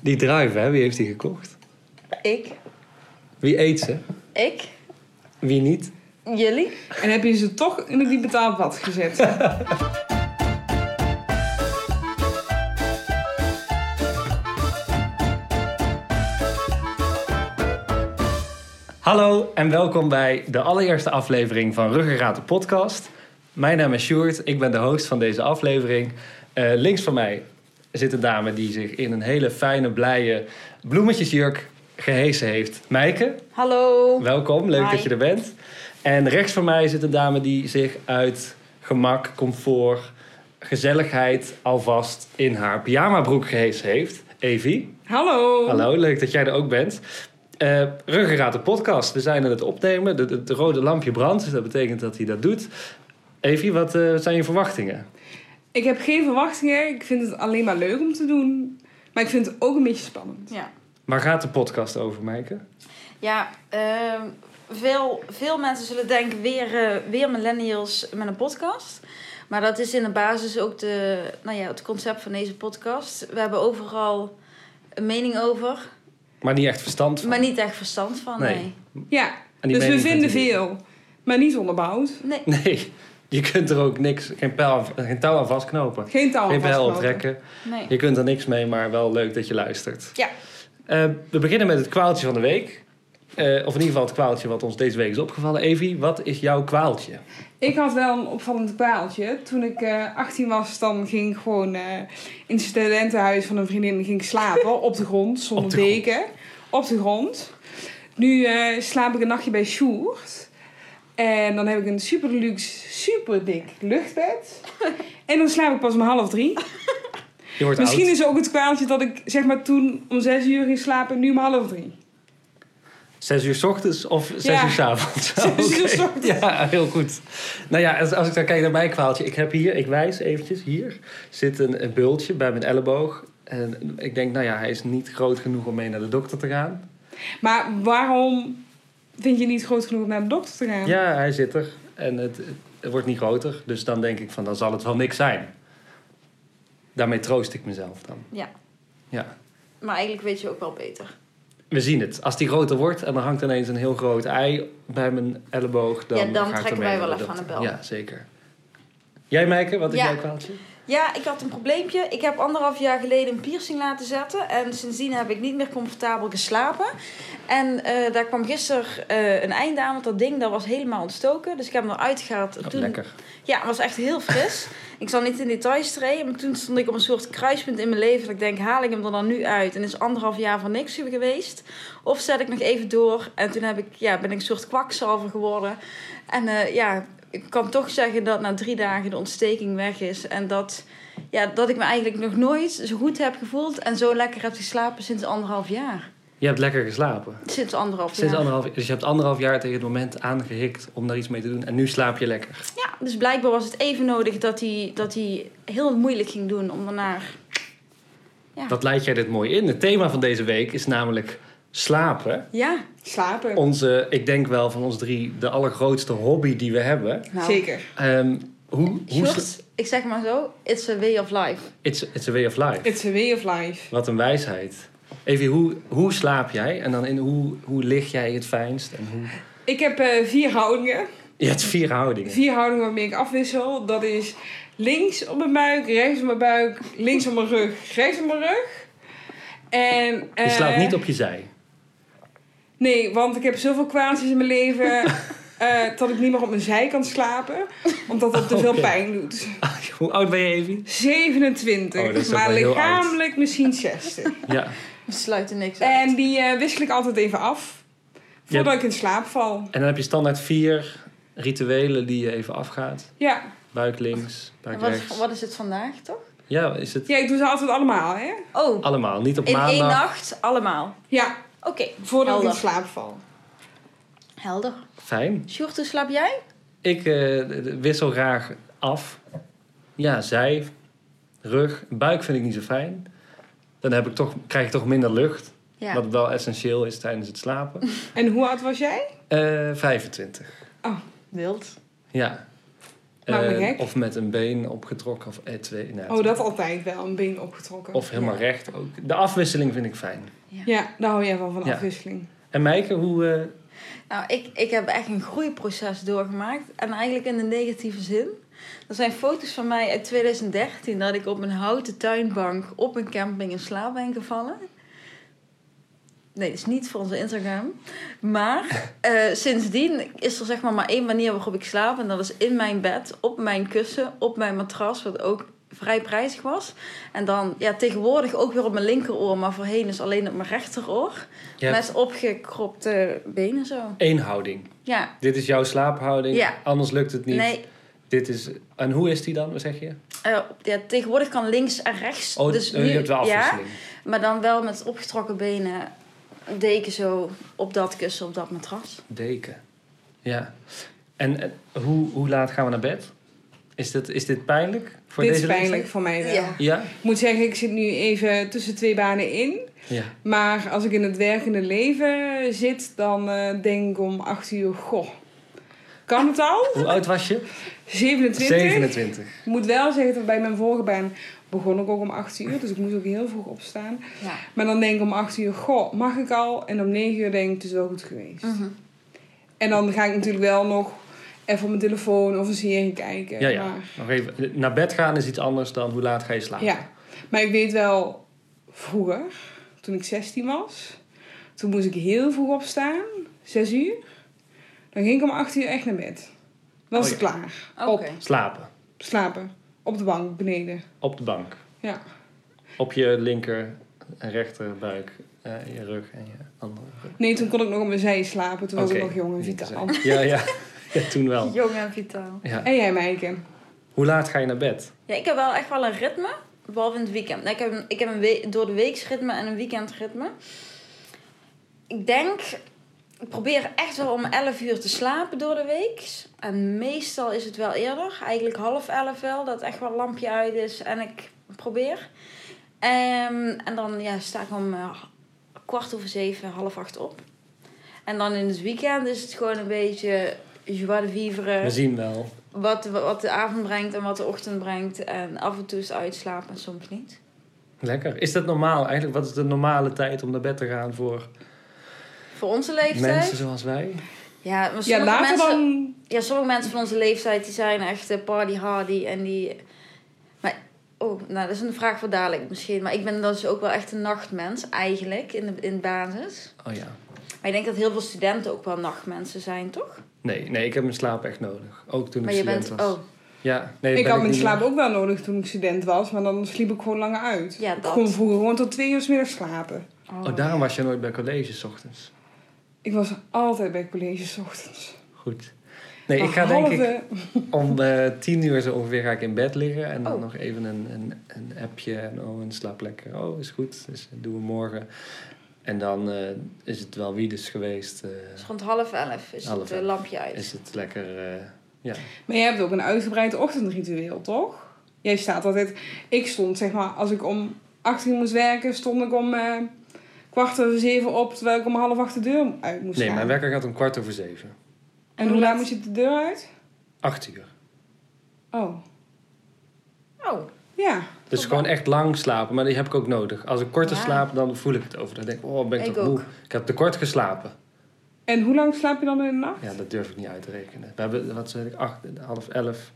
Die druif, hè? Wie heeft die gekocht? Ik. Wie eet ze? Ik. Wie niet? Jullie. En heb je ze toch in die betaalpad gezet? Hallo en welkom bij de allereerste aflevering van Ruggengraat de podcast. Mijn naam is Sjoerd, ik ben de host van deze aflevering. Eh, links van mij zit een dame die zich in een hele fijne, blije bloemetjesjurk gehesen heeft. Mijke, Hallo. welkom, leuk Hi. dat je er bent. En rechts van mij zit een dame die zich uit gemak, comfort, gezelligheid alvast in haar pyjamabroek gehesen heeft. Evie. Hallo. Hallo, leuk dat jij er ook bent. Eh Ruggengraat de podcast. We zijn aan het opnemen. De- de- Het rode lampje brandt, dus dat betekent dat hij dat doet. Evie, wat eh, zijn je verwachtingen? Ik heb geen verwachtingen. Ik vind het alleen maar leuk om te doen. Maar ik vind het ook een beetje spannend. Ja, Waar gaat de podcast over, Maaike? ja ehm, veel, veel mensen zullen denken weer, eh, weer millennials met een podcast. Maar dat is in de basis ook de, nou ja, het concept van deze podcast. We hebben overal een mening over, Maar niet echt verstand van. maar niet echt verstand van. Nee. Nee. Ja, En die dus we mening vinden vindt hij veel. Maar niet onderbouwd. nee. Nee, je kunt er ook niks, geen, pijl aan- geen touw aan vastknopen. Geen taal Geen pijl vastgelopen. op trekken. nee. Je kunt er niks mee, maar wel leuk dat je luistert. Ja. Eh, we beginnen met het kwaaltje van de week. Eh, of in ieder geval het kwaaltje wat ons deze week is opgevallen. Evie, wat is jouw kwaaltje? Ik had wel een opvallend kwaaltje. Toen ik eh, 18 was, dan ging ik gewoon eh, in het studentenhuis van een vriendin ging ik slapen. op de grond, zonder Op de grond. deken. Op de grond. Nu eh, slaap ik een nachtje bij Sjoerd. En dan heb ik een super luxe, super dik luchtbed. en dan slaap ik pas om half drie. Je wordt Misschien oud. is ook het kwaaltje dat ik zeg maar toen om zes uur ging slapen en nu om half drie. Zes uur 's ochtends of zes Ja. uur 's avonds? Zes uur 's Oké. ochtends. Ja, heel goed. Nou ja, als, als ik dan kijk naar mijn kwaaltje. Ik heb hier, ik wijs eventjes, hier zit een, een bultje bij mijn elleboog. En ik denk, nou ja, hij is niet groot genoeg om mee naar de dokter te gaan. Maar waarom vind je niet groot genoeg om naar de dokter te gaan? Ja, hij zit er en het, het wordt niet groter. Dus dan denk ik van, dan zal het wel niks zijn. Daarmee troost ik mezelf dan. Ja. Ja. Maar eigenlijk weet je ook wel beter. We zien het. Als die groter wordt en dan hangt ineens een heel groot ei bij mijn elleboog. Dan Ja, dan ga ik trekken ermee wij naar wel even aan dokter. de bel. Ja, zeker. Jij, Meike, wat is Ja. jouw kwaaltje? Ja, ik had een probleempje. Ik heb anderhalf jaar geleden een piercing laten zetten. En sindsdien heb ik niet meer comfortabel geslapen. En eh, daar kwam gisteren eh, een einde aan, want dat ding dat was helemaal ontstoken. Dus ik heb hem eruit gehaald. Oh, Toen- lekker. Ja, het was echt heel fris. ik zal niet in details treden, maar toen stond ik op een soort kruispunt in mijn leven. Dat ik denk, haal ik hem er dan nu uit? En is anderhalf jaar van niks geweest. Of zet ik nog even door? En toen heb ik, ja, ben ik een soort kwakzalver geworden. En eh, ja, ik kan toch zeggen dat na drie dagen de ontsteking weg is. En dat, ja, dat ik me eigenlijk nog nooit zo goed heb gevoeld en zo lekker heb geslapen sinds anderhalf jaar. Je hebt lekker geslapen. Sinds anderhalf Sinds jaar. anderhalf, dus je hebt anderhalf jaar tegen het moment aangehikt om daar iets mee te doen. En nu slaap je lekker. Ja, dus blijkbaar was het even nodig dat hij, dat hij heel moeilijk ging doen om daarna... Ja. Dat leidt jij dit mooi in. Het thema van deze week is namelijk slapen. Ja, Slapen. Onze, ik denk wel van ons drie, de allergrootste hobby die we hebben. Nou, Zeker. Ehm, hoe, hoe Sjoerd, ik zeg maar zo, it's a way of life. it's, it's a way of life. It's a way of life. Wat een wijsheid. Evie, hoe, hoe slaap jij? En dan in hoe, hoe lig jij het fijnst? En hoe... Ik heb eh, vier houdingen. Je hebt vier houdingen. Vier houdingen waarmee ik afwissel. Dat is links op mijn buik, rechts op mijn buik, links op mijn rug, rechts op mijn rug. En, Je eh, slaapt niet op je zij. Nee, want ik heb zoveel kwaaltjes in mijn leven eh, dat ik niet meer op mijn zij kan slapen. Omdat dat te veel Oh, Oké. pijn doet. hoe oud ben je, Evie? 27, Oh, dat is ook maar wel heel lichamelijk misschien 60. Ja. We sluiten niks uit. en die eh, wissel ik altijd even af. Ja. Voordat ik in slaap val. En dan heb je standaard vier rituelen die je even afgaat. Ja. Buik links, buik En wat, rechts. wat is het vandaag, toch? Ja, is het ja, ik doe ze altijd allemaal, hè? Oh, allemaal. Niet op in één maandag. nacht allemaal. Ja, Oké, voordat ik in helder. slaap val. helder. Fijn. Sjoerd, hoe slaap jij? Ik eh, d- d- wissel graag af. Ja, zij, rug. Buik vind ik niet zo fijn. Dan heb ik toch, krijg ik toch minder lucht. Ja. Wat wel essentieel is tijdens het slapen. En hoe oud was jij? Eh, 25. Oh, Wild. Ja. Maakt me Eh, gek. of met een been opgetrokken of eh, twee. nou, Oh, dat altijd wel. Een been opgetrokken. Of helemaal recht ook. De afwisseling vind ik fijn. Ja, daar hou jij wel van Ja. afwisseling. En Meike, hoe... eh, Nou, ik, ik heb echt een groeiproces doorgemaakt. En eigenlijk in de negatieve zin. Er zijn foto's van mij uit 2013 dat ik op een houten tuinbank op een camping in slaap ben gevallen. Nee, dat is niet voor onze Instagram. Maar eh, sindsdien is er zeg maar maar één manier waarop ik slaap. En dat is in mijn bed, op mijn kussen, op mijn matras, wat ook vrij prijzig was. En dan ja, tegenwoordig ook weer op mijn linkeroor, maar voorheen is alleen op mijn rechteroor. je hebt Met opgekropte benen zo. één houding. Ja, Dit is jouw slaaphouding. Ja. Anders lukt het niet. nee. Dit is... En hoe is die dan, wat zeg je? eh, ja, tegenwoordig kan links en rechts. Oh, dus eh, nu, je hebt wel ja, afwisseling. maar dan wel met opgetrokken benen. Een deken zo op dat kussen, op dat matras. Deken. Ja. En eh, hoe, hoe laat gaan we naar bed? Is dit, is dit pijnlijk? Voor Dit deze is pijnlijk leeftijd? voor mij wel. Ja. Ja? Ik moet zeggen, ik zit nu even tussen twee banen in. Ja. Maar als ik in het werkende leven zit, dan eh, denk ik om acht uur, goh. Kan het al? Hoe oud was je? 27. 27. Ik moet wel zeggen dat bij mijn vorige baan begon ik ook om 8 uur. Dus ik moest ook heel vroeg opstaan. Ja. Maar dan denk ik om 8 uur, goh, mag ik al? En om 9 uur denk ik, het is wel goed geweest. Mhm. En dan ga ik natuurlijk wel nog even op mijn telefoon of een serie kijken. Ja, ja. Maar, Nog even. Naar bed gaan is iets anders dan hoe laat ga je slapen. ja. maar ik weet wel, vroeger, toen ik 16 was, toen moest ik heel vroeg opstaan, 6 uur. Dan ging ik om 8 uur echt naar bed. Dan was Oh, het klaar. Oké. Op, Slapen. slapen. Op de bank, beneden. Op de bank. Ja. Op je linker en rechter buik. eh, je rug en je andere rug. Nee, toen kon ik nog op mijn zij slapen. Toen was ik nog jong en vitaal. Ja, ja. ja, toen wel. Jong en vitaal. Ja. En jij, Meike? Hoe laat ga je naar bed? Ja, ik heb wel echt wel een ritme. Behalve in het weekend. Nee, ik heb, een- ik heb een we- door de weeksritme en een weekendritme. Ik denk... Ik probeer echt wel om 11 uur te slapen door de week. En meestal is het wel eerder. Eigenlijk half 11 wel. Dat echt wel een lampje uit is. En ik probeer. Ehm, en dan ja, sta ik om eh, kwart over zeven, half acht op. En dan in het weekend is het gewoon een beetje... Joie de vivre Eh. We zien wel. wat, wat de avond brengt en wat de ochtend brengt. En af en toe is het uitslapen en soms niet. Lekker. Is dat normaal eigenlijk? Wat is de normale tijd om naar bed te gaan voor Voor onze leeftijd. mensen zoals wij? Ja, maar Ja, sommige, later mensen, dan... ja, sommige mensen van onze leeftijd die zijn echt eh, party hardy en die. Maar, oh, nou, dat is een vraag voor dadelijk misschien. Maar ik ben dus ook wel echt een nachtmens, eigenlijk, in de in de basis. Oh ja. Maar ik denk dat heel veel studenten ook wel nachtmensen zijn, toch? Nee, nee, ik heb mijn slaap echt nodig. Ook toen ik maar je student bent. was. Oh, Ja, nee, Ik ben had mijn niet slaap meer. ook wel nodig toen ik student was. Maar dan sliep ik gewoon langer uit. Ja, ik dat. kon vroeger gewoon tot twee uur 's middags slapen. Oh, daarom was je nooit bij college 's ochtends. Ik was altijd bij college 's ochtends. Goed. Nee, Oh, ik ga denk ik Behalve- om eh, tien uur zo ongeveer ga ik in bed liggen. En dan Oh. nog even een, een, een appje. En oh, en slaap lekker. Oh, is goed. Dus dat doen we morgen. En dan eh, is het wel wie dus geweest. eh, Dus rond half elf is Half het eh, elf. lampje uit. is het lekker... eh, ja. Maar jij hebt ook een uitgebreid ochtendritueel, toch? Jij staat altijd... Ik stond, zeg maar, als ik om acht uur moest werken... stond ik om eh, kwart over zeven op... terwijl ik om half acht de deur uit moest Nee, gaan. mijn wekker gaat om kwart over zeven. En hoe laat moest je de deur uit? Acht uur. Oh, Oh, ja. Dus gewoon echt lang slapen, maar die heb ik ook nodig. Als ik korter Ja. slaap, dan voel ik het over. Dan denk ik, oh, ben ik, Ik toch ook. moe. Ik heb te kort geslapen. En hoe lang slaap je dan in de nacht? Ja, dat durf ik niet uit te rekenen. We hebben, wat zei ik, acht, half elf.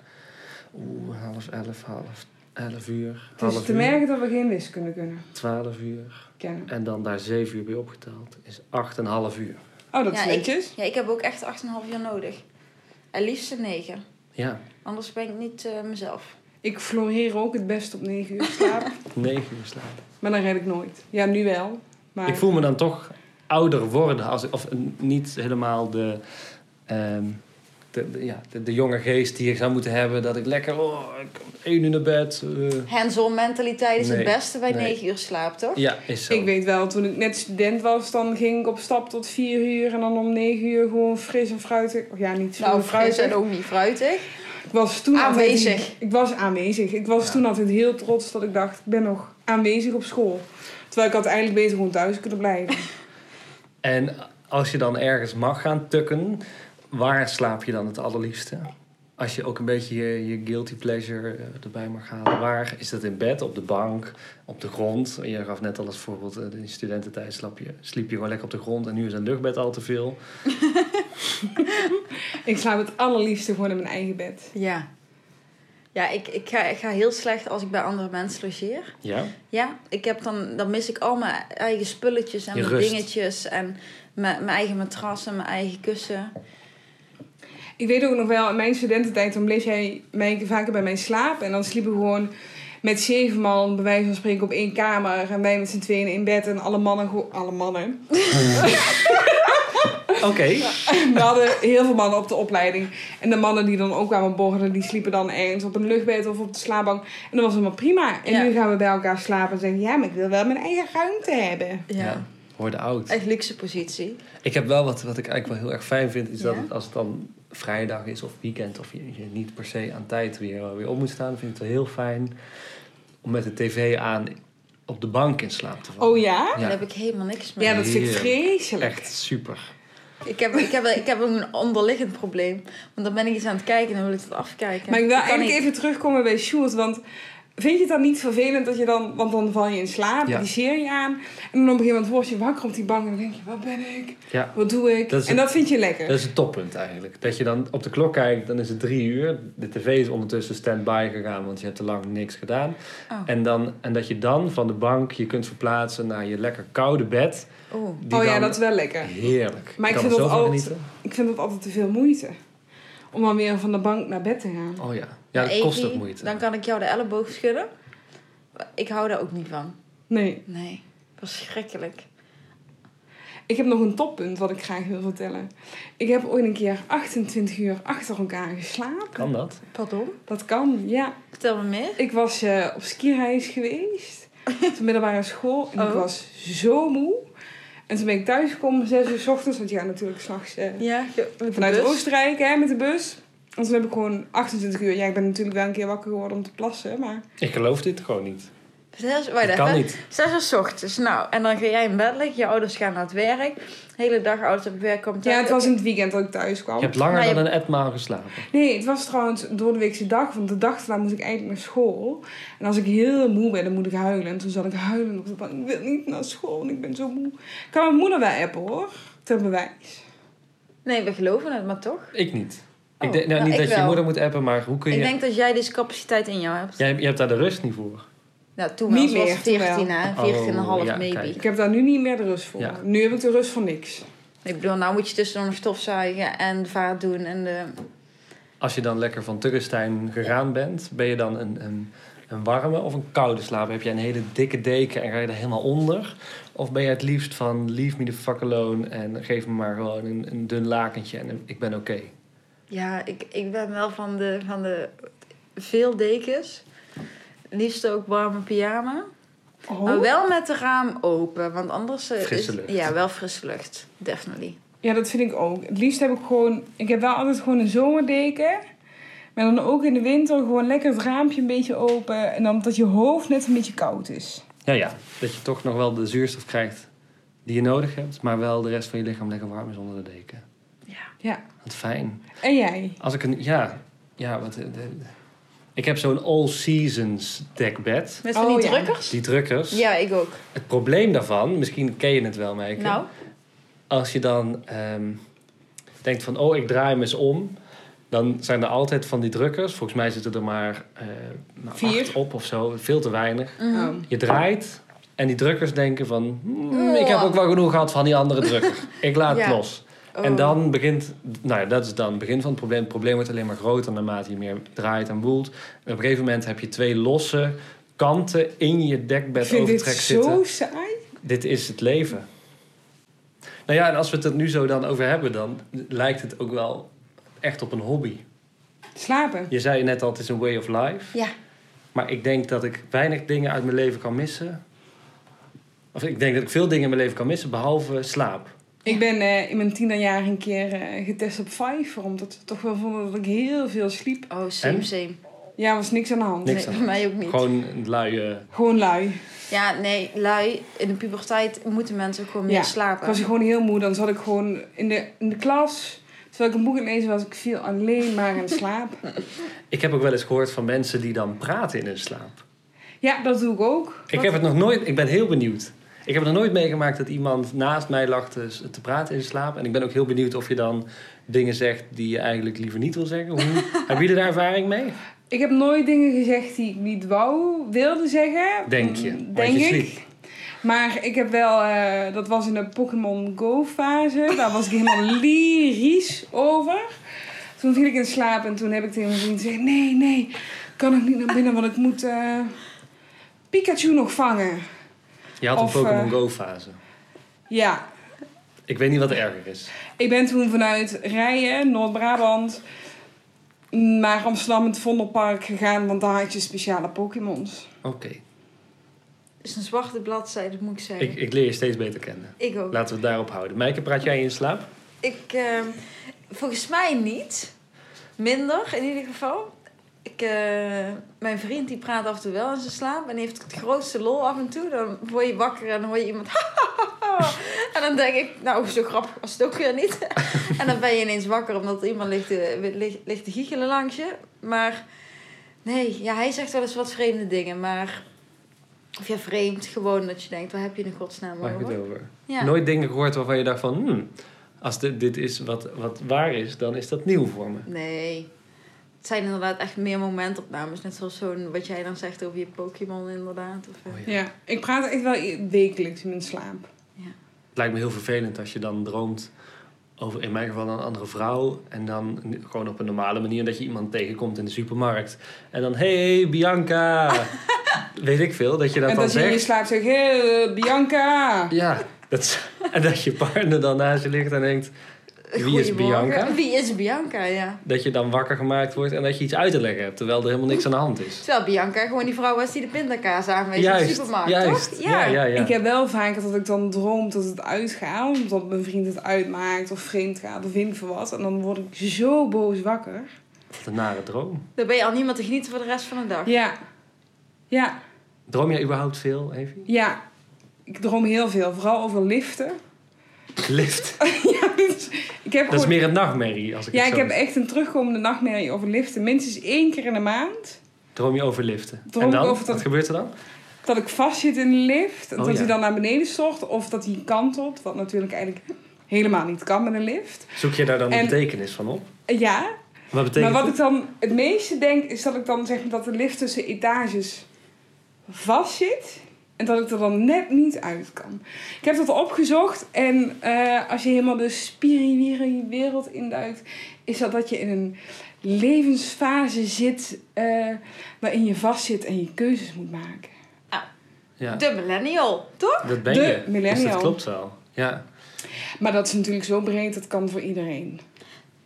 Oeh, half elf, half elf uur. Het is Half te uur, merken dat we geen wiskunde kunnen twaalf uur. kennen. En dan daar zeven uur bij opgeteld is acht en een half uur. Oh, dat Ja, is ik- netjes. ja, ik heb ook echt 8,5 uur nodig. En liefst 9. Ja, Anders ben ik niet eh, mezelf. Ik... floreer ook het best op 9 uur slaap. negen uur slapen. maar dan red ik nooit. Ja, nu wel. Maar... Ik voel me dan toch ouder worden. Als, ik- of een- niet helemaal de, ehm, de, de- ja, de, de jonge geest die ik zou moeten hebben. Dat ik lekker, oh, ik kom één uur naar bed. eh. Hands-on mentaliteit is Nee, het beste bij nee. 9 uur slaap, toch? Ja, is zo. Ik weet wel, toen ik net student was, dan ging ik op stap tot 4 uur. En dan om 9 uur gewoon fris en fruitig. Of ja, niet zo Nou, fruit fruitig. en ook niet fruitig. Ik was toen altijd- Aanwezig. ik was aanwezig. Ik was Ja. toen altijd heel trots dat ik dacht, ik ben nog aanwezig op school. Terwijl ik had eigenlijk beter gewoon thuis kunnen blijven. En als je dan ergens mag gaan tukken, waar slaap je dan het allerliefste? als je ook een beetje je, je guilty pleasure eh, erbij mag halen. Waar is dat in bed, op de bank, op de grond? Je gaf net al als voorbeeld, eh, in studententijd slaap je, sliep je gewoon lekker op de grond en nu is een luchtbed al te veel. Ik slaap het allerliefste gewoon in mijn eigen bed. Ja. Ja, ik, ik, ga, ik ga heel slecht als ik bij andere mensen logeer. Ja, Ja, ik heb dan, dan mis ik al mijn eigen spulletjes en Je mijn rust. dingetjes. En mijn, mijn eigen matras en mijn eigen kussen. Ik weet ook nog wel, in mijn studententijd, dan bleef jij mij vaker bij mij slapen. En dan sliepen we gewoon met zeven man, bij wijze van spreken, op één kamer. En wij met z'n tweeën in bed en alle mannen, gewoon- alle mannen. oké. We hadden heel veel mannen op de opleiding. En de mannen die dan ook kwamen borrelen, die sliepen dan ergens op een luchtbed of op de slaapbank. En dat was allemaal prima. En Ja. nu gaan we bij elkaar slapen en zeggen, ja, maar ik wil wel mijn eigen ruimte hebben. Ja. Ja, Hoorde oud. Echt luxe positie. Ik heb wel wat, wat ik eigenlijk wel heel erg fijn vind, is dat Ja? het, als het dan vrijdag is of weekend of je, je niet per se aan tijd weer, weer op moet staan, vind ik het wel heel fijn om met de tv aan op de bank in slaap te vallen. Oh ja? Daar heb ik helemaal niks mee. Ja, dat vind ik Heerlijk. vreselijk. Echt super. Ik, heb, ik, heb, ik heb ook een onderliggend probleem. Want dan ben ik iets aan het kijken en dan wil ik het afkijken. Maar ik wil Dat kan eigenlijk niet. even terugkomen bij Sjoerd, want vind je het dan niet vervelend dat je dan, want dan val je in slaap, Ja. die serie aan, en dan op een gegeven moment word je wakker op die bank en dan denk je, wat ben ik? Ja. Wat doe ik? Dat is en dat vind je lekker. Dat is het toppunt eigenlijk. Dat je dan op de klok kijkt, dan is het drie uur. De tv is ondertussen stand-by gegaan, want je hebt te lang niks gedaan. Oh. En, dan, en dat je dan van de bank je kunt verplaatsen naar je lekker koude bed. Oeh. die oh ja, dan- dat is wel lekker. Heerlijk. Maar ik kan vind er dat zo van altijd- genieten. Ik vind dat altijd te veel moeite. Om dan weer van de bank naar bed te gaan. Oh ja. Ja, dat Evie, kost ook moeite. Dan kan ik jou de elleboog schudden. Ik hou daar ook niet van. Nee. Nee. Verschrikkelijk. Ik heb nog een toppunt wat ik graag wil vertellen. Ik heb ooit een keer 28 uur achter elkaar geslapen. Kan dat? Pardon? Dat kan, ja. Vertel me meer. Ik was eh, op skireis geweest. Op de middelbare school. En Oh. ik was zo moe. En toen ben ik thuis gekomen om 6 uur 's ochtends. Want ja, natuurlijk s'nachts eh Ja, je- met de vanuit bus. Oostenrijk hè, met de bus. En toen heb ik gewoon 28 uur. Ja, ik ben natuurlijk wel een keer wakker geworden om te plassen. Maar Ik geloof dit gewoon Oh, niet. Zes, Dat wacht kan even. niet. Zes uur 's ochtends. Nou, en dan ga jij in bed liggen. Je ouders gaan naar het werk. De hele dag ouders op het werk komen ja, het was in het weekend dat ik thuis Je kwam. hebt langer Maar je- dan een etmaal geslapen. Nee, het was trouwens door de weekse dag. Want de dag daarna moest ik eigenlijk naar school. En als ik heel moe ben, dan moet ik huilen. En toen zat ik huilen op de bank. Ik wil niet naar school, want ik ben zo moe. Ik kan mijn moeder wel appen hoor. Ter bewijs. Nee, we geloven het, maar toch? Ik niet. Oh, ik denk, nou, nou, niet ik dat je wel. moeder moet appen, maar hoe kun je... Ik denk dat jij deze capaciteit in jou hebt. Jij, je hebt daar de rust niet voor. Nou, toen wel, Niet ze was meer, toen wel. 14, hè? 14,5 Oh, ja, maybe. kijk. Ik heb daar nu niet meer de rust voor. Ja. Nu heb ik de rust voor niks. Ik bedoel, nou moet je tussendoor nog stofzuigen en de vaart doen en de... Als je dan lekker van Turkestein gegaan bent, ben je dan een, een, een warme of een koude slaap? Heb je een hele dikke deken en ga je er helemaal onder? Of ben je het liefst van leave me the fuck alone en geef me maar gewoon een, een dun lakentje en ik ben oké? Ja, ik, ik ben wel van de, van de veel dekens. Liefst ook warme pyjama. Oh. Maar wel met de raam open, want anders... eh, Frisse is- lucht. Ja, wel frisse lucht. Definitely. Ja, dat vind ik ook. Het liefst heb ik gewoon... Ik heb wel altijd gewoon een zomerdeken. Maar dan ook in de winter gewoon lekker het raampje een beetje open. En dan dat je hoofd net een beetje koud is. Ja, ja. Dat je toch nog wel de zuurstof krijgt die je nodig hebt, maar wel de rest van je lichaam lekker warm is onder de deken. Ja. Ja. Wat fijn. En jij? Als ik een... Ja, ja, wat... eh, de- de- ik heb zo'n all seasons dekbed. Met Oh, van die ja. drukkers? Die drukkers. Ja, ik ook. Het probleem daarvan, misschien ken je het wel, Meike. Nou, als je dan ehm, denkt van, oh, ik draai hem eens om. Dan zijn er altijd van die drukkers. Volgens mij zitten er maar eh, nou, Vier. acht op of zo. Veel te weinig. mhm. Oh. Je draait en die drukkers denken van... "Hmm, ik heb ook wel genoeg gehad van die andere drukker. Ik laat het Ja. los. Oh. En dan begint... Nou ja, dat is dan het begin van het probleem. Het probleem wordt alleen maar groter naarmate je meer draait en woelt. En op een gegeven moment heb je twee losse kanten in je Ik dekbed vind dit overtrek zitten. zo saai. Dit is het leven. Nou ja, en als we het er nu zo dan over hebben, dan lijkt het ook wel echt op een hobby. Slapen. Je zei net al, het is een way of life. Ja. Maar ik denk dat ik weinig dingen uit mijn leven kan missen. Of ik denk dat ik veel dingen in mijn leven kan missen, behalve slaap. Ik ben eh, in mijn tienerjaar een keer eh, getest op Fiverr. Omdat we toch wel vonden dat ik heel veel sliep. Oh, same, En? same. Ja, was niks aan de hand. Niks aan nee, de mij ook niet. Gewoon een luie... Gewoon lui. Ja, nee, lui. In de puberteit moeten mensen ook gewoon Ja, meer Ik slapen. was gewoon heel moe. Dan zat ik gewoon in de, in de klas. Terwijl ik een boek aan het lezen was, ik viel alleen maar in slaap. Ik heb ook wel eens gehoord van mensen die dan praten in hun slaap. Ja, dat doe ik ook. Ik heb het nog nooit, ik ben heel benieuwd. Ik heb nog nooit meegemaakt dat iemand naast mij lag te, te praten in slaap. En ik ben ook heel benieuwd of je dan dingen zegt die je eigenlijk liever niet wil zeggen. Hoe, hebben jullie daar ervaring mee? Ik heb nooit dingen gezegd die ik niet wou, wilde zeggen. Denk je, Mm, want Denk je ik. sliep. Maar ik heb wel, eh, dat was in de Pokémon Go fase. Daar was ik helemaal lyrisch over. Toen viel ik in slaap en toen heb ik tegen mijn vriend gezegd: Nee, nee, kan ik niet naar binnen, want ik moet eh, Pikachu nog vangen. Je had een Of, Pokémon eh, Go fase. Ja, Ik weet niet wat erger is. ik ben toen vanuit Rijen, Noord-Brabant, naar Amsterdam, het Vondelpark gegaan, want daar had je speciale Pokémons. Oké, Het is een zwarte bladzijde, moet ik zeggen. ik, Ik, ik leer je steeds beter kennen. ook. Laten we het daarop houden. Maaike, praat jij in slaap? Ik, ehm, volgens mij niet. Minder, in ieder geval. Ik, eh, mijn vriend die praat af en toe wel in zijn slaap. En heeft het grootste lol af en toe. Dan word je wakker en dan hoor je iemand... en dan denk ik, nou, zo grappig was het ook weer niet. en dan ben je ineens wakker omdat iemand ligt te, ligt, ligt te giechelen langs je. Maar nee, ja, hij zegt wel eens wat vreemde dingen. Maar, of ja, vreemd. Gewoon dat je denkt, waar heb je in godsnaam Waar heb je over? het over? Ja. Nooit dingen gehoord waarvan je dacht van... hmm, als dit, dit is wat, wat waar is, dan is dat nieuw voor me. Nee. Het zijn inderdaad echt meer momentopnames. Net zoals zo'n, wat jij dan zegt over je Pokémon inderdaad. Of, eh. Oh ja. Ja, ik praat echt wel i- wekelijks in mijn slaap. Het lijkt me heel vervelend als je dan droomt over, in mijn geval, een andere vrouw. En dan n- gewoon op een normale manier dat je iemand tegenkomt in de supermarkt. En dan, hey, Bianca. Weet ik veel, dat je dat en dan dat je in je zegt. slaap zegt: Hé, Bianca! Ja, dat, is- en dat je partner dan naast je ligt en denkt... Wie is eh, Goedemorgen. Bianca? Wie is Bianca, ja. Dat je dan wakker gemaakt wordt en dat je iets uit te leggen hebt. Terwijl er helemaal niks aan de hand is. Terwijl Bianca gewoon die vrouw was die de pindakaas aanwees in de supermarkt, juist. toch? Ja, ja, ja. Ik heb wel vaker dat ik dan droom dat het uitgaat. Of dat mijn vriend het uitmaakt of vreemd gaat of weet ik veel wat. En dan word ik zo boos wakker. Wat een nare droom. Dan ben je al niemand te genieten voor de rest van de dag. Ja. Ja. Droom jij überhaupt veel, Evie? Ja. Ik droom heel veel. Vooral over liften. Lift. ja, dus ik heb Dat is gewoon- meer een nachtmerrie, als ik Ja, het ik zo... heb echt een terugkomende nachtmerrie over liften. Minstens één keer in de maand. Droom je over liften. Droom en ik dan? over dat- Wat gebeurt er dan? Dat ik vastzit in de lift. en Oh, dat ja. hij dan naar beneden stort. Of dat hij kantelt. Wat natuurlijk eigenlijk helemaal niet kan met een lift. Zoek je daar dan de En- betekenis van op? Ja, Wat betekent maar wat het? ik dan het meeste denk, is dat ik dan zeg maar dat de lift tussen etages vast zit. En dat ik er dan net niet uit kan. Ik heb dat opgezocht. En eh, als je helemaal de spiriwiri wereld induikt, is dat dat je in een levensfase zit eh, waarin je vast zit en je keuzes moet maken. Ja, De millennial, toch? dat ben de je. Dus dat millennial. klopt wel. Ja. Maar dat is natuurlijk zo breed, dat kan voor iedereen.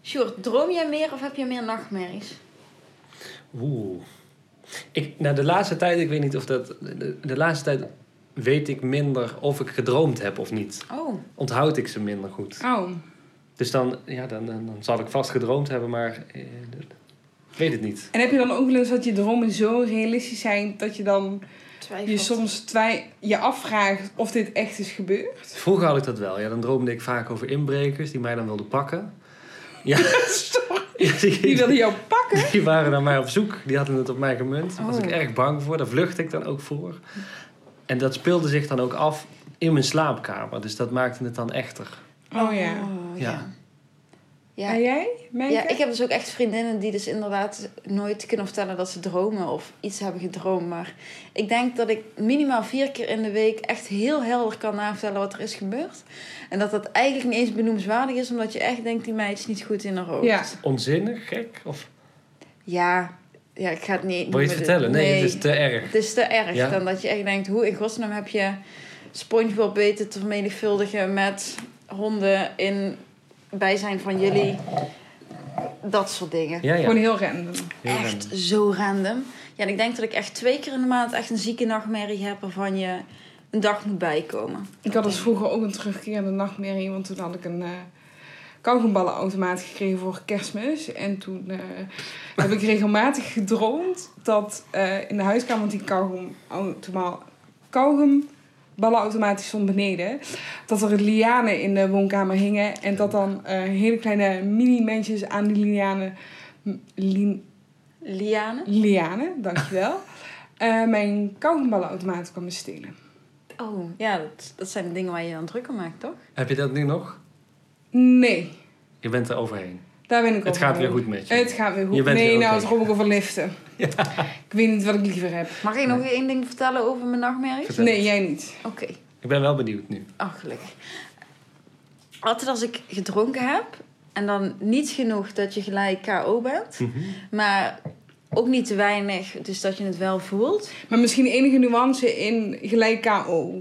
Sjoerd, droom jij meer of heb je meer nachtmerries? Oeh. Ik, nou, de laatste tijd, ik weet niet of dat... De, de laatste tijd weet ik minder of ik gedroomd heb of niet. Oh, Onthoud ik ze minder goed. Oh. Dus dan, ja, dan, dan, dan zal ik vast gedroomd hebben, maar eh, ik weet het niet. En heb je dan ook wel eens dat je dromen zo realistisch zijn dat je dan twijfel. je soms twij je afvraagt of dit echt is gebeurd. Vroeger had ik dat wel. Ja, dan droomde ik vaak over inbrekers die mij dan wilden pakken. Ja. Ja, Die wilde jou pakken. Die waren naar mij op zoek. Die hadden het op mij gemunt. Daar was Oh. ik erg bang voor. Daar vluchtte ik dan ook voor. En dat speelde zich dan ook af in mijn slaapkamer. Dus dat maakte het dan echter. Oh ja. Oh, Ja. Ja, En jij, Meike? Ja, ik heb dus ook echt vriendinnen die dus inderdaad nooit kunnen vertellen dat ze dromen of iets hebben gedroomd. Maar ik denk dat ik minimaal vier keer in de week echt heel helder kan navertellen wat er is gebeurd. En dat dat eigenlijk niet eens benoemenswaardig is, omdat je echt denkt, die meid is niet goed in haar hoofd. Ja. Onzinnig, gek? Of Ja, ja ik ga het niet... wil je het vertellen? Nee, het is te erg. Het is te erg Ja. dan dat je echt denkt, hoe in godsnaam heb je Spongebob weten te vermenigvuldigen met honden in bijzijn van jullie. Dat soort dingen. Ja, ja. Gewoon heel random. Heel echt random. zo random. Ja, en ik denk dat ik echt twee keer in de maand echt een zieke nachtmerrie heb waarvan je een dag moet bijkomen. Ik had dus vroeger ook een terugkerende nachtmerrie, want toen had ik een eh kauwgomballenautomaat gekregen voor kerstmis. En toen eh, heb ik regelmatig gedroomd dat eh, in de huiskamer, want die kauwgomautomaat... Kauwgom ballenautomaat die stond beneden. Dat er lianen in de woonkamer hingen. En dat dan eh, hele kleine mini-mensjes aan die lianen... m- lin- Lianen? lianen, dankjewel. eh mijn kauwgomballenautomaat kwamen stelen. Oh, ja, dat, dat zijn de dingen waar je je dan druk om maakt, toch? Heb je dat nu nog? Nee, Je bent er overheen. daar ben ik Het over. gaat weer goed met je. Het gaat weer goed. Je bent nee, weer nou, oké. het rommel ik over liften. Ik weet niet wat ik liever heb. Mag ik nog één ding vertellen over mijn nachtmerries? Vertel Nee, eens. jij niet. Oké. Ik ben wel benieuwd nu. Oh, gelukkig. Altijd als ik gedronken heb, en dan niet genoeg dat je gelijk KO bent, maar ook niet te weinig, dus dat je het wel voelt. Maar misschien enige nuance in gelijk KO.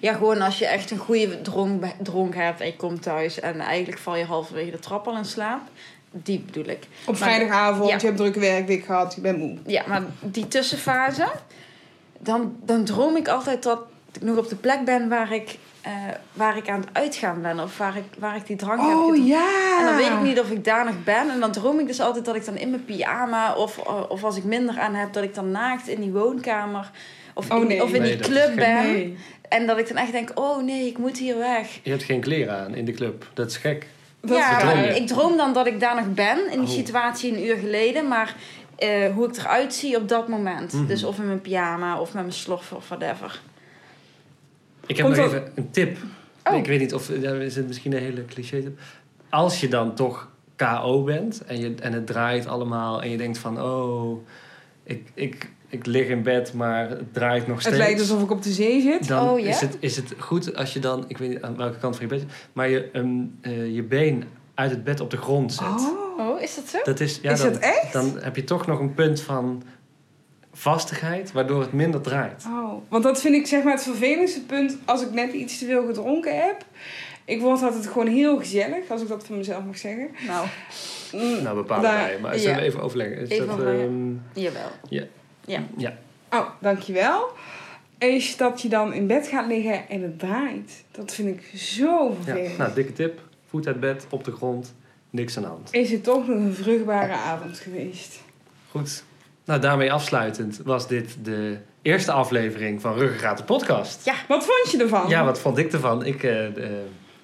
Ja, gewoon als je echt een goede dronk, dronk hebt en je komt thuis en eigenlijk val je halverwege de trap al in slaap. Die bedoel ik. Op vrijdagavond, ja. je hebt drukke werkweek gehad, je bent moe. Ja, maar die tussenfase, dan, dan droom ik altijd dat ik nog op de plek ben waar ik, eh, waar ik aan het uitgaan ben of waar ik, waar ik die drank heb gedronken. Oh ja! En dan weet ik niet of ik daar nog ben. En dan droom ik dus altijd dat ik dan in mijn pyjama... of, of als ik minder aan heb, dat ik dan naakt in die woonkamer... of, Oh, in, nee. of in Nee, die dat club is ben. Nee. En dat ik dan echt denk, oh nee, ik moet hier weg. Je hebt geen kleren aan in de club. Dat is gek. Dat ja, is waar. maar ik droom dan dat ik daar nog ben, in die Oh. situatie een uur geleden. Maar eh, hoe ik eruit zie op dat moment. Mhm. Dus of in mijn pyjama, of met mijn slof, of whatever. Ik heb Komt nog dat- even een tip. Oh. Ik weet niet of... ja, Is het misschien een hele cliché tip? Als je dan toch KO bent en, je, en het draait allemaal... en je denkt van, oh, ik, ik, ik lig in bed, maar het draait nog Het steeds. lijkt alsof ik op de zee zit. Dan Oh, ja? is, het, is het goed als je dan... Ik weet niet aan welke kant van je bed zit... maar je, ehm, eh, je been uit het bed op de grond zet. Oh. Oh, is dat zo? Dat is, ja, Is dan, dat echt? Dan heb je toch nog een punt van vastigheid... waardoor het minder draait. Oh, want dat vind ik zeg maar het vervelendste punt als ik net iets te veel gedronken heb. Ik word altijd gewoon heel gezellig, als ik dat van mezelf mag zeggen. Nou, Mm, Nou, bepalen daar- wij. Maar ja. zullen we even overleggen? Is Even dat, overleggen. ehm, jawel. Oh, dankjewel. Is dat je dan in bed gaat liggen en het draait. Dat vind ik zo Ja, vervelend. nou, dikke tip. Voet uit bed, op de grond, niks aan de hand. Is het toch nog een vruchtbare avond geweest? Goed. Nou, daarmee afsluitend was dit de eerste aflevering van Ruggengraat de podcast. Wat vond je ervan? Ja, wat vond ik ervan? Ik, eh, eh,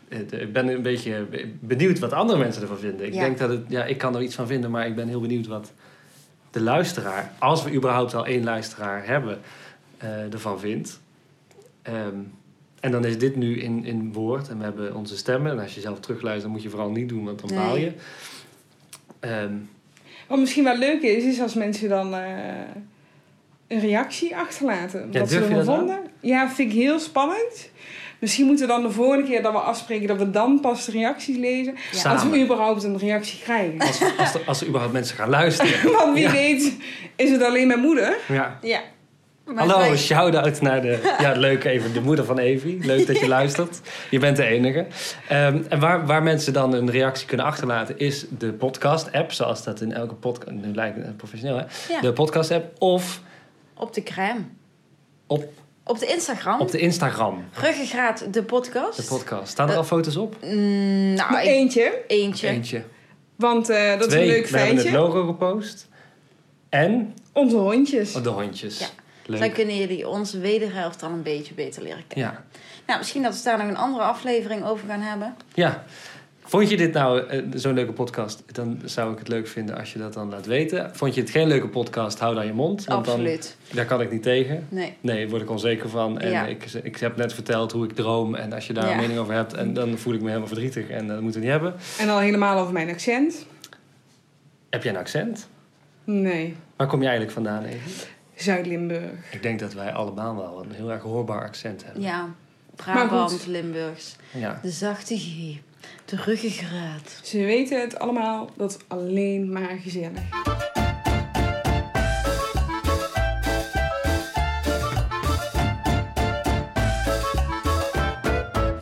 eh, ik ben een beetje benieuwd wat andere mensen ervan vinden. Ik Ja. denk dat het... Ja, ik kan er iets van vinden, maar ik ben heel benieuwd wat de luisteraar... als we überhaupt al één luisteraar hebben, eh, ervan vindt. Ehm, en dan is dit nu in, in woord en we hebben onze stemmen. En als je zelf terugluistert, dan moet je vooral niet doen, want dan baal je. Nee. Ehm, Wat misschien wel leuk is, is als mensen dan eh, een reactie achterlaten. Wat ze durf je ervan dat aan? vonden. Ja, vind ik heel spannend. Misschien moeten we dan de volgende keer dat we afspreken dat we dan pas de reacties lezen. Als Samen. we überhaupt een reactie krijgen. Als, als, er, als er überhaupt mensen gaan luisteren. Want wie Ja. weet is het alleen mijn moeder. Ja. Ja. Maar Hallo, wij- shout-out naar de, ja, leuk even, de moeder van Evi. Leuk dat je luistert. Je bent de enige. Ehm, en waar, waar mensen dan een reactie kunnen achterlaten... is de podcast-app, zoals dat in elke podcast... Nu lijkt het professioneel, hè? Ja. De podcast-app of Op de crème. Op- Op de Instagram. op de Instagram, Ruggengraat, de podcast. de podcast. Eh, Staan er al foto's op? Mm, nou, Maar ik- eentje. eentje. Eentje. Want eh, dat Twee, is een leuk we hebben het feitje. logo gepost. En Onze hondjes. de hondjes. Ja. Dan Leuk. kunnen jullie onze wederhelft dan een beetje beter leren kennen. Ja. Nou, misschien dat we daar nog een andere aflevering over gaan hebben. Ja. Vond je dit nou eh, zo'n leuke podcast? Dan zou ik het leuk vinden als je dat dan laat weten. Vond je het geen leuke podcast? Hou dan je mond. Want Absoluut. Dan, daar kan ik niet tegen. Nee. Nee, daar word ik onzeker van. En Ja. ik, ik heb net verteld hoe ik droom. En als je daar Ja. een mening over hebt, en dan voel ik me helemaal verdrietig. En dat moeten we niet hebben. En al helemaal over mijn accent. Heb jij een accent? Nee, Waar kom je eigenlijk vandaan, Evi? Zuid-Limburg. Ik denk dat wij allemaal wel een heel erg hoorbaar accent hebben. Ja, Maar Brabant, goed. Limburgs. Ja. De zachte G. De ruggengraat. Ze weten het allemaal, dat is alleen maar gezellig.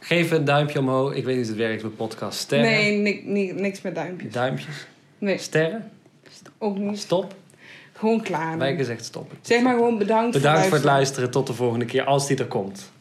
Geef een duimpje omhoog. Ik weet niet of het werkt met podcast. Sterren. Nee, ni- ni- niks met duimpjes. Duimpjes. Nee, Sterren. ook niet. Stop. Gewoon klaar. Wij gezegd stoppen. Zeg maar gewoon bedankt, Bedankt voor het luisteren. luisteren. Tot de volgende keer als die er komt.